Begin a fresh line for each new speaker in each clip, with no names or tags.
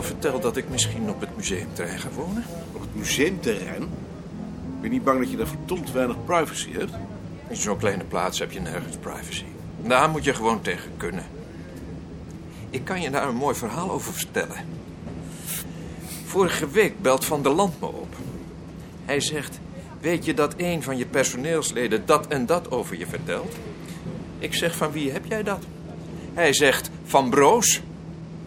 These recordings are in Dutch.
verteld dat ik misschien op het museumterrein ga wonen?
Op het museumterrein? Ben je niet bang dat je daar verdomd weinig privacy hebt?
In zo'n kleine plaats heb je nergens privacy. Daar moet je gewoon tegen kunnen. Ik kan je daar een mooi verhaal over vertellen. Vorige week belt Van der Land me op. Hij zegt: Weet je dat een van je personeelsleden dat en dat over je vertelt? Ik zeg: Van wie heb jij dat? Hij zegt: Van Broos.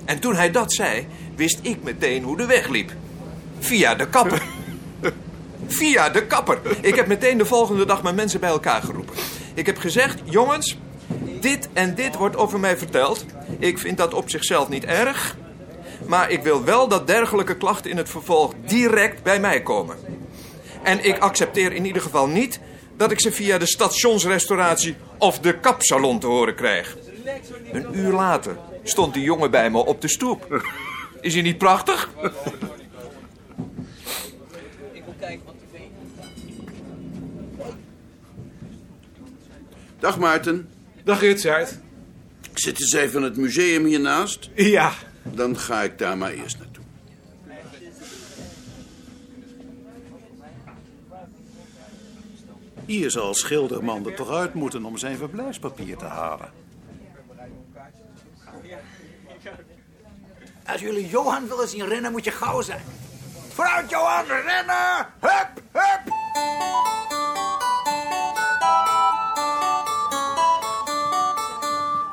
En toen hij dat zei, wist ik meteen hoe de weg liep: via de kapper. Via de kapper. Ik heb meteen de volgende dag mijn mensen bij elkaar geroepen. Ik heb gezegd: jongens, dit en dit wordt over mij verteld. Ik vind dat op zichzelf niet erg. Maar ik wil wel dat dergelijke klachten in het vervolg direct bij mij komen. En ik accepteer in ieder geval niet dat ik ze via de stationsrestauratie of de kapsalon te horen krijg. Een uur later stond die jongen bij me op de stoep. Is hij niet prachtig?
Dag Maarten.
Dag Richard.
Ik zit eens even in het museum hiernaast.
Ja.
Dan ga ik daar maar eerst naartoe.
Hier zal Schilderman er toch uit moeten om zijn verblijfspapier te halen.
Als jullie Johan willen zien rennen, moet je gauw zijn. Vooruit, Johan, rennen! Hup, hup!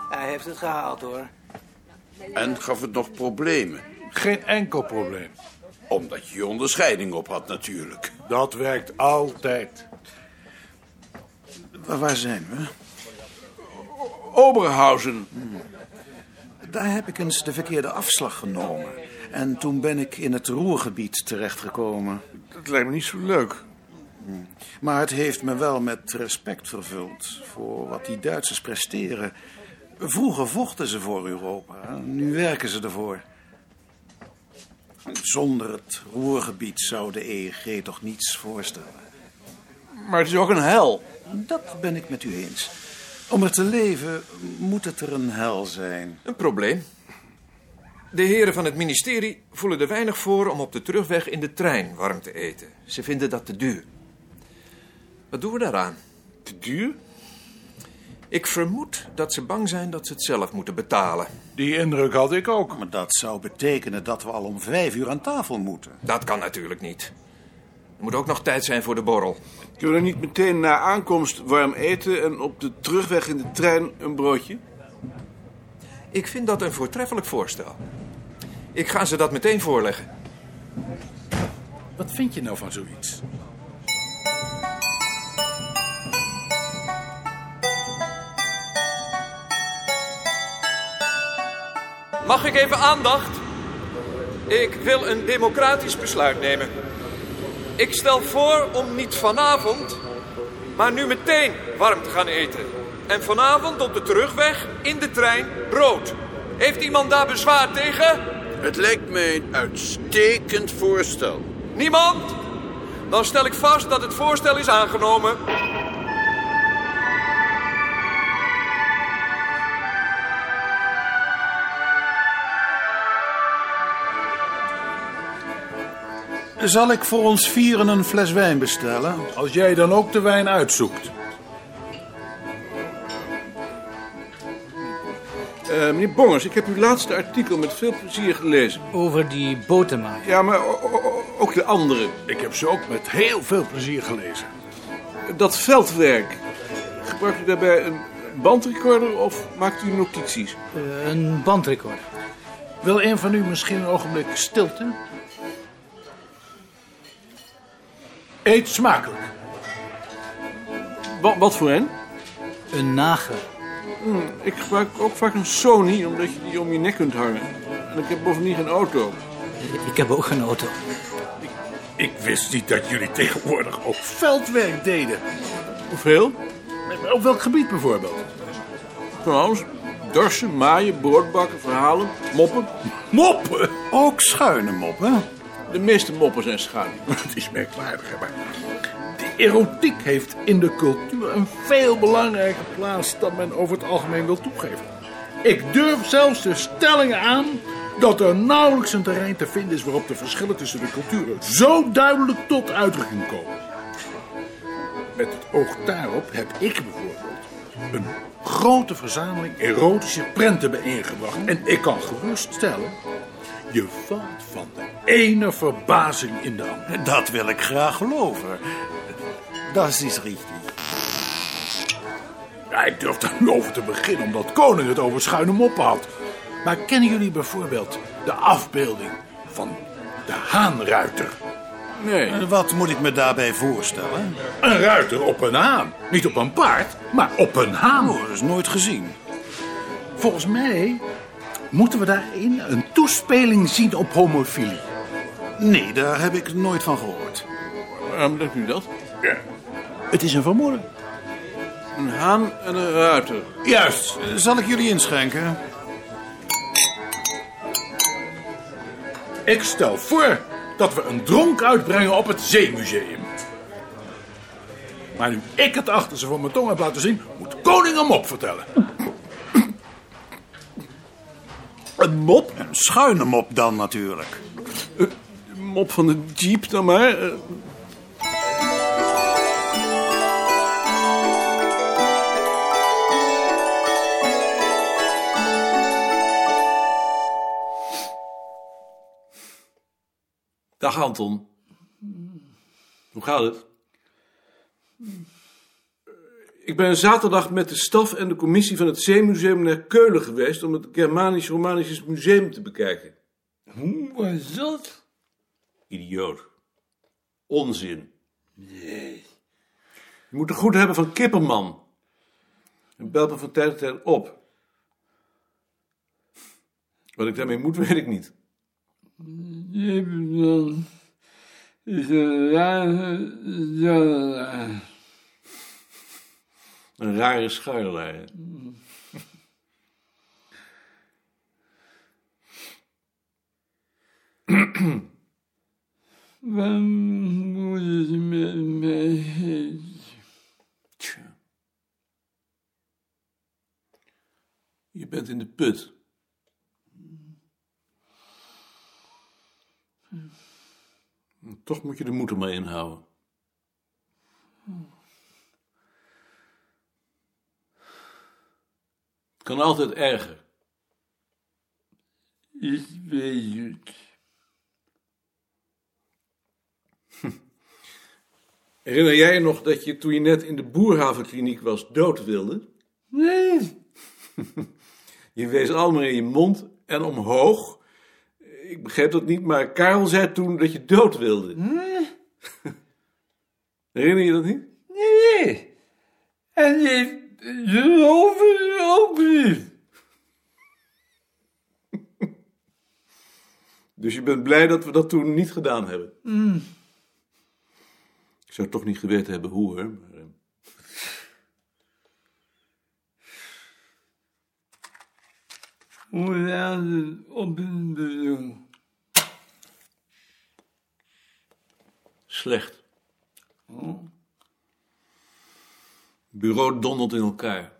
Hij heeft het gehaald, hoor.
En gaf het nog problemen?
Geen enkel probleem.
Omdat je je onderscheiding op had natuurlijk.
Dat werkt altijd.
Wa- Waar zijn we?
Oberhausen.
Daar heb ik eens de verkeerde afslag genomen. En toen ben ik in het Roergebied terechtgekomen.
Dat lijkt me niet zo leuk.
Maar het heeft me wel met respect vervuld voor wat die Duitsers presteren. Vroeger vochten ze voor Europa, nu werken ze ervoor. Zonder het Roergebied zou de EEG toch niets voorstellen.
Maar het is ook een hel.
Dat ben ik met u eens. Om er te leven moet het er een hel zijn.
Een probleem. De heren van het ministerie voelen er weinig voor om op de terugweg in de trein warm te eten. Ze vinden dat te duur. Wat doen we daaraan?
Te duur?
Ik vermoed dat ze bang zijn dat ze het zelf moeten betalen.
Die indruk had ik ook.
Maar dat zou betekenen dat we al om vijf uur aan tafel moeten.
Dat kan natuurlijk niet. Er moet ook nog tijd zijn voor de borrel.
Kunnen we dan niet meteen na aankomst warm eten en op de terugweg in de trein een broodje?
Ik vind dat een voortreffelijk voorstel. Ik ga ze dat meteen voorleggen.
Wat vind je nou van zoiets?
Mag ik even aandacht? Ik wil een democratisch besluit nemen. Ik stel voor om niet vanavond, maar nu meteen warm te gaan eten. En vanavond op de terugweg in de trein brood. Heeft iemand daar bezwaar tegen?
Het lijkt mij een uitstekend voorstel.
Niemand? Dan stel ik vast dat het voorstel is aangenomen.
Zal ik voor ons vieren een fles wijn bestellen?
Als jij dan ook de wijn uitzoekt.
Eh, meneer Bongers, ik heb uw laatste artikel met veel plezier gelezen.
Over die botermaai.
Ja, maar o- o- o- ook de andere.
Ik heb ze ook met heel veel plezier gelezen.
Dat veldwerk. Gebruikt u daarbij een bandrecorder of maakt u notities?
Eh, een bandrecord.
Wil een van u misschien een ogenblik stilte? Eet smakelijk.
Wa- wat voor hen?
Een nagel.
Ik gebruik ook vaak een Sony, omdat je die om je nek kunt hangen. En ik heb bovendien geen auto.
Ik heb ook een auto.
Ik wist niet dat jullie tegenwoordig ook veldwerk deden.
Hoeveel?
Op welk gebied bijvoorbeeld?
Trouwens, dorsen, maaien, broodbakken, verhalen, moppen.
Moppen!
Ook schuine moppen.
De meeste moppen zijn schaduw.
Het is merkwaardig, hè, maar de erotiek heeft in de cultuur een veel belangrijke plaats dan men over het algemeen wil toegeven. Ik durf zelfs de stelling aan dat er nauwelijks een terrein te vinden is waarop de verschillen tussen de culturen zo duidelijk tot uitdrukking komen. Met het oog daarop heb ik bijvoorbeeld een grote verzameling erotische prenten bijeengebracht. En ik kan gerust stellen, je valt van de ene verbazing in de andere.
Dat wil ik graag geloven. Dat is richtig.
Ja, ik durf daar nu over te beginnen, omdat koning het over schuine moppen had. Maar kennen jullie bijvoorbeeld de afbeelding van de haanruiter?
Nee.
Wat moet ik me daarbij voorstellen?
Een ruiter op een haan. Niet op een paard, maar op een haan.
Oh, dat is nooit gezien.
Volgens mij moeten we daarin een toespeling zien op homofilie.
Nee, daar heb ik nooit van gehoord.
Waarom denkt u dat?
Het is een vermoeden.
Een haan en een ruiter.
Juist.
Zal ik jullie inschenken?
Ik stel voor dat we een dronk uitbrengen op het Zeemuseum. Maar nu ik het achter ze van mijn tong heb laten zien, moet koning een mop vertellen.
Een mop? Een schuine mop dan natuurlijk.
Mop van de jeep dan maar. eh. Dag Anton. Hoe gaat het? Ik ben zaterdag met de staf en de commissie van het Zeemuseum naar Keulen geweest om het Germanisch-Romanisch Museum te bekijken.
Hoe was dat?
Idioot. Onzin. Nee. Je moet het goed hebben van Kipperman. En belt me van tijd tot tijd op. Wat ik daarmee moet, weet ik niet.
Even is een rare janelaar.
Een rare schuilerlijn. hè?
Wat moet het met mij heen?
Tja. Je bent in de put. En Hmm. Toch moet je de moed er maar inhouden. Het kan altijd erger.
Ik weet het.
Herinner jij je nog dat je toen je net in de boerhavenkliniek was dood wilde?
Nee,
Je wees allemaal in je mond en omhoog. Ik begreep dat niet, maar Karel zei toen dat je dood wilde. Herinner je dat niet?
nee. En ik geloof het ook niet.
Dus je bent blij dat we dat toen niet gedaan hebben? Ik zou toch niet geweten hebben hoe, hè? Maar, eh.
Hoe laat het op een bezoek?
Slecht.
Oh.
Het bureau dondert in elkaar.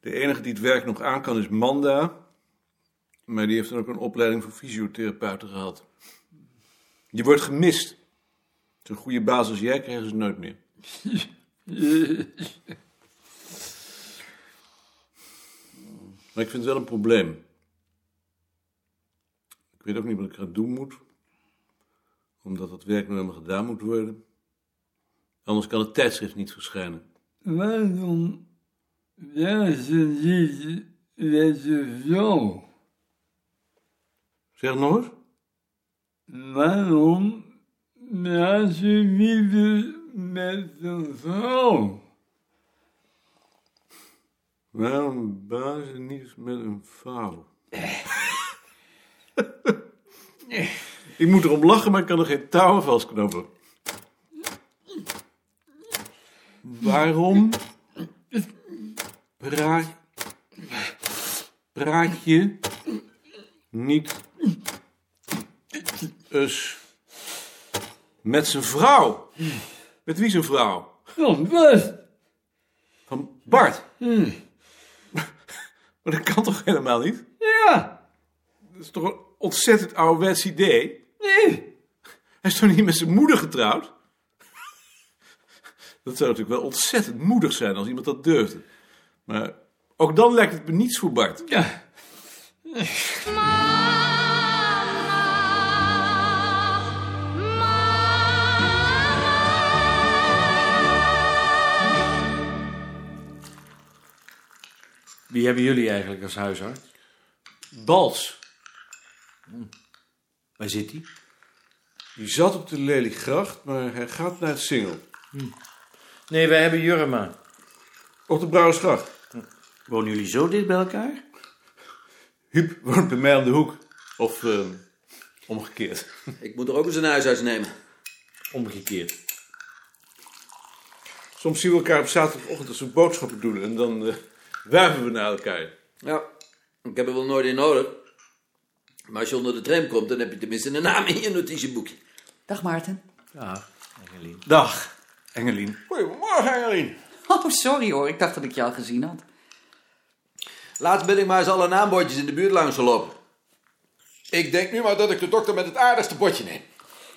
De enige die het werk nog aan kan is Manda. Maar die heeft dan ook een opleiding voor fysiotherapeuten gehad. Je wordt gemist. Zo'n goede baas als jij krijgen ze nooit meer. Maar ik vind het wel een probleem. Ik weet ook niet wat ik eraan doen moet omdat dat werk nog helemaal gedaan moet worden. Anders kan het tijdschrift niet verschijnen.
Waarom werken niet met je vrouw?
Zeg nog eens.
Waarom praat je niet met een vrouw?
Waarom bazen niet met een vrouw? ik moet erom lachen, maar ik kan er geen touw aan vastknopen. Waarom praat, praat je niet eens met zijn vrouw? Met wie zijn vrouw?
Van wat?
Van Bart. Maar dat kan toch helemaal niet?
Ja,
Dat is toch een ontzettend ouderwets idee?
nee.
Hij is toch niet met zijn moeder getrouwd? Dat zou natuurlijk wel ontzettend moedig zijn als iemand dat durfde. Maar ook dan lijkt het me niets voor Bart.
Ja.
Wie hebben jullie eigenlijk als huisarts?
Bals,
Waar zit die?
die zat op de Lelygracht, maar hij gaat naar het Singel.
Hm. Nee, wij hebben Jurma.
Op de Brouwersgracht.
Wonen jullie zo dicht bij elkaar?
Huub woont bij mij aan de hoek. Of ehm, omgekeerd.
Ik moet er ook eens een huisarts nemen.
Omgekeerd.
Soms zien we elkaar op zaterdagochtend als we boodschappen doen en dan eh wuiven we naar elkaar.
Ja, ik heb er wel nooit in nodig. Maar als je onder de tram komt, dan heb je tenminste een naam in je notitieboekje.
Dag Maarten.
Dag, Engelien.
Goedemorgen, Engelien.
Oh, sorry hoor. Ik dacht dat ik je al gezien had.
Laatst ben ik maar eens alle naambordjes in de buurt langs gelopen. Ik denk nu maar dat ik de dokter met het aardigste bordje neem.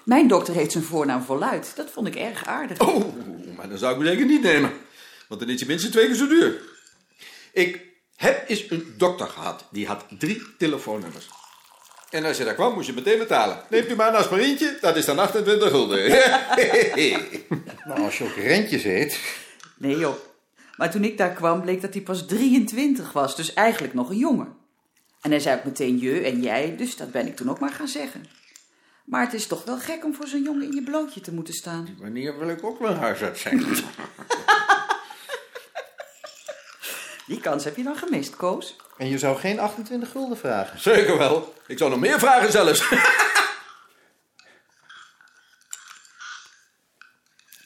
Mijn dokter heeft zijn voornaam voluit. Dat vond ik erg aardig.
Oh, maar dan zou ik me zeker niet nemen. Want dan is je minstens twee keer zo duur. Ik heb eens een dokter gehad. Die had drie telefoonnummers. En als je daar kwam, moest je meteen betalen. Neemt u maar een aspirintje, dat is dan 28 gulden.
Nou, als je ook rentjes heet.
Nee joh. Maar toen ik daar kwam bleek dat hij pas 23 was. Dus eigenlijk nog een jongen. En hij zei ook meteen je en jij. Dus dat ben ik toen ook maar gaan zeggen. Maar het is toch wel gek om voor zo'n jongen in je blootje te moeten staan.
Wanneer wil ik ook wel een huisarts zijn?
Die kans heb je dan gemist, Koos.
En je zou geen 28 gulden vragen.
Zeker wel. Ik zou nog meer vragen zelfs.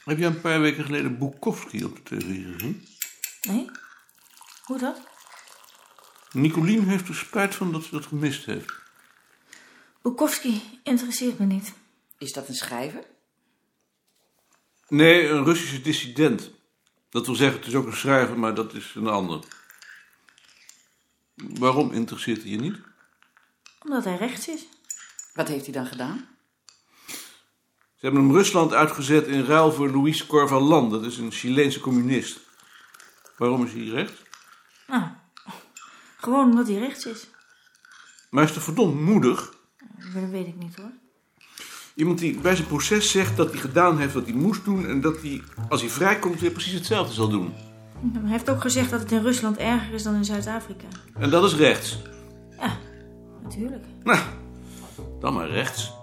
Heb jij een paar weken geleden Bukowski op de tv gezien?
Nee? Hoe dat?
Nicolien heeft er spijt van dat ze dat gemist heeft.
Bukowski interesseert me niet. Is dat een schrijver?
Nee, een Russische dissident. Dat wil zeggen, het is ook een schrijver, maar dat is een ander. Waarom interesseert hij je niet?
Omdat hij rechts is. Wat heeft hij dan gedaan?
Ze hebben hem Rusland uitgezet in ruil voor Luis Corvalan. Dat is een Chileense communist. Waarom is hij rechts?
Nou, gewoon omdat hij rechts is.
Maar hij is toch verdomd moedig?
Dat weet ik niet hoor.
Iemand die bij zijn proces zegt dat hij gedaan heeft wat hij moest doen... en dat hij, als hij vrijkomt, weer precies hetzelfde zal doen.
Hij heeft ook gezegd dat het in Rusland erger is dan in Zuid-Afrika.
En dat is rechts.
Natuurlijk.
Nou, dan maar rechts.